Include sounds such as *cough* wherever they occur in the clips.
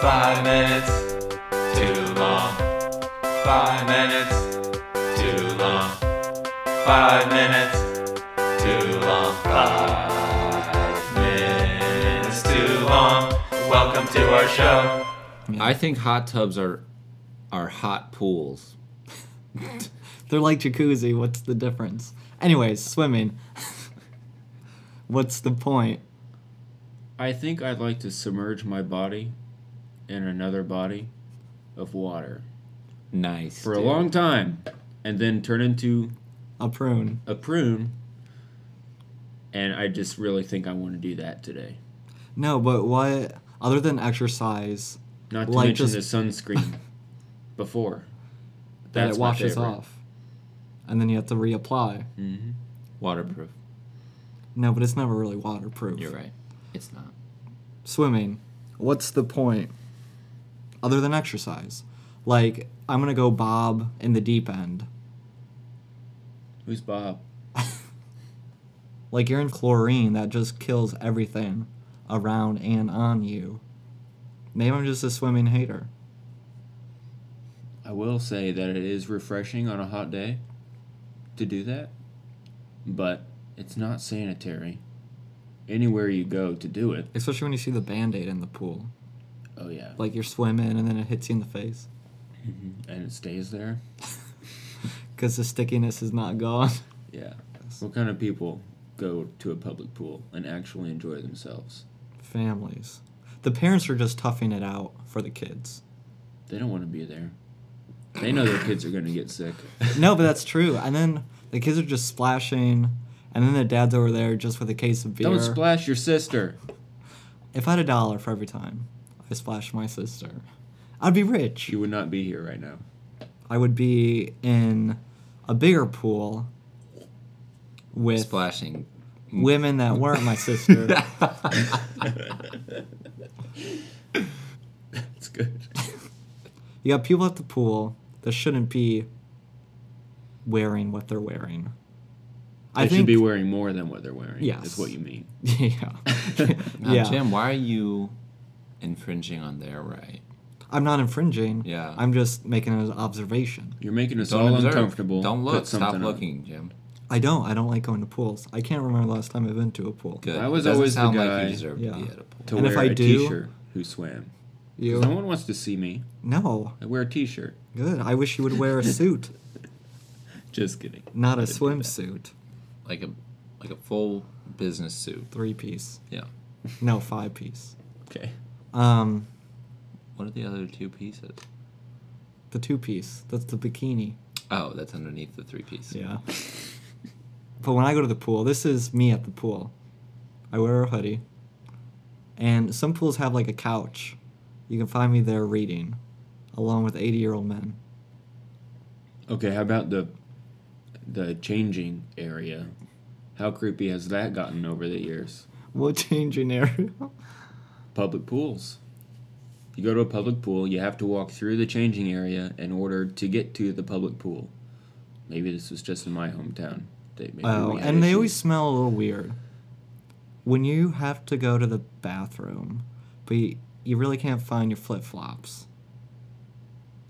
Five minutes too long. Five minutes too long. Five minutes too long. Five minutes too long. Welcome to our show. I think hot tubs are are hot pools. They're like jacuzzi. What's the difference? Anyways, swimming. *laughs* What's the point? I think I'd like to submerge my body in another body of water Nice. for a long time and then turn into A prune. a prune. And I just really think I want to do that today. No, but what other than exercise Not to Like mention just- *laughs* the sunscreen before. that it my washes favorite. off. And then you have to reapply. Waterproof. No, but it's never really waterproof. You're right. It's not. Swimming. What's the point? Other than exercise. Like, I'm gonna go bob in the deep end. Who's Bob? Like you're in chlorine that just kills everything around and on you. Maybe I'm just a swimming hater. I will say that it is refreshing on a hot day to do that, but it's not sanitary anywhere you go to do it. Especially when you see the band aid in the pool. Oh, yeah. Like you're swimming and then it hits you in the face. And it stays there? Because the stickiness is not gone. *laughs* Yeah. What kind of people go to a public pool and actually enjoy themselves? Families. The parents are just toughing it out for the kids. They don't want to be there. They know their kids are going to get *laughs* sick. No, but that's true. And then the kids are just splashing. And then the dad's over there just with a case of beer. Don't splash your sister. if I had a dollar for every time I splashed my sister, I'd be rich. You would not be here right *laughs* now. I would be in a bigger pool with Splashing. women that weren't *laughs* my *laughs* sister. It's good. you got people at the pool that shouldn't be wearing what they're wearing. They should be wearing more than what they're wearing. Yeah, Yes. Is what you mean. *laughs* *laughs* yeah. Now, yeah. Jim, why are you infringing on their right? I'm not infringing. Yeah. I'm just making an observation. You're making us Don't all observe. uncomfortable. Don't Put look. Stop something up. looking, Jim. I don't. I don't like going to pools. I can't remember the last time I've been to a pool. Good. I was It doesn't always the sound guy- like you deserve Yeah. to be at a pool. to And wear if I a do- shirt who swam. 'Cause No You? one wants to see me. No. I wear a t-shirt. Good. I wish you would wear *laughs* a suit, Just kidding. not *laughs* a I didn't do that. swimsuit. Like a like a full business suit. Three piece. Yeah. No, five piece. Okay. Um, What are the other two pieces? the two piece. That's the bikini. Oh, that's underneath the three piece. Yeah. *laughs* but when I go to the pool, this is me at the pool. I wear a hoodie. And some pools have like a couch. You can find me there reading, along with 80 year old men. Okay, how about the the changing area? How creepy has that gotten over the years? What changing area? *laughs* Public pools. You go to a public pool, you have to walk through the changing area in order to get to the public pool. Maybe this was just in my hometown. They, maybe Oh, we had and they issues. always smell a little weird. When you have to go to the bathroom, but you, you really can't find your flip flops,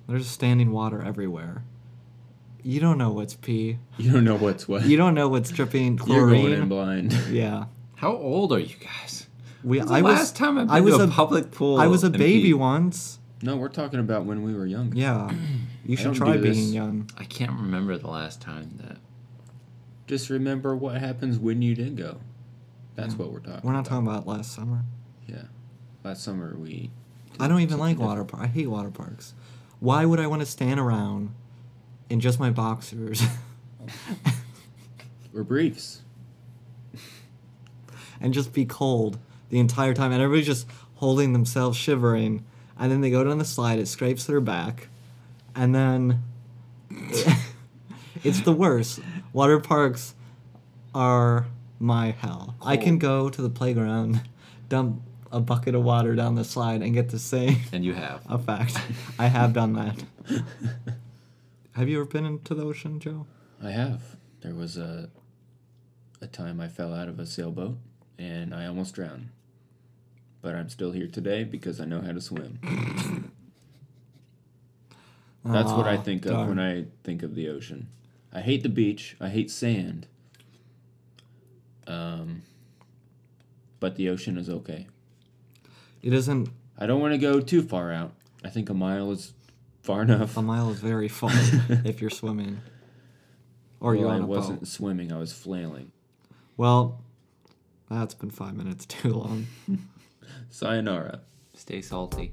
there's standing water everywhere. You don't know what's pee. You don't know what's what. You don't know what's dripping *laughs* You're chlorine. going in blind. *laughs* Yeah. How old are you guys? We, When's the I was, last time I've been I was to a, a- public pool. I was a and baby peed? once. no, we're talking about when we were young. Yeah. You should don't try do being this. young. I can't remember the last time that Just remember what happens when you did go. That's what we're talking. We're not talking about last summer. Yeah. Last summer we. I don't even like water park. I hate water parks. Why would I want to stand around in just my boxers *laughs* Or briefs. and just be cold the entire time and everybody's just holding themselves shivering and then they go down the slide it scrapes their back and then *laughs* it's the worst. Water parks are my hell. I can go to the playground, *laughs* dump a bucket of water down the slide and get the same *laughs* and you have. effect. I have done that. *laughs* have you ever been into the ocean, Joe? I have. There was a a time I fell out of a sailboat and I almost drowned. But I'm still here today because I know how to swim. That's what I Aw, think of Ah, darn. when I think of the ocean. I hate the beach. I hate sand. Um, but the ocean is okay. It isn't. I don't want to go too far out. I think a mile is far enough. A mile is very *laughs* far if you're swimming, or well, you're I on a wasn't boat. swimming. I was flailing. Well, that's been five minutes too long. Sayonara. Stay salty.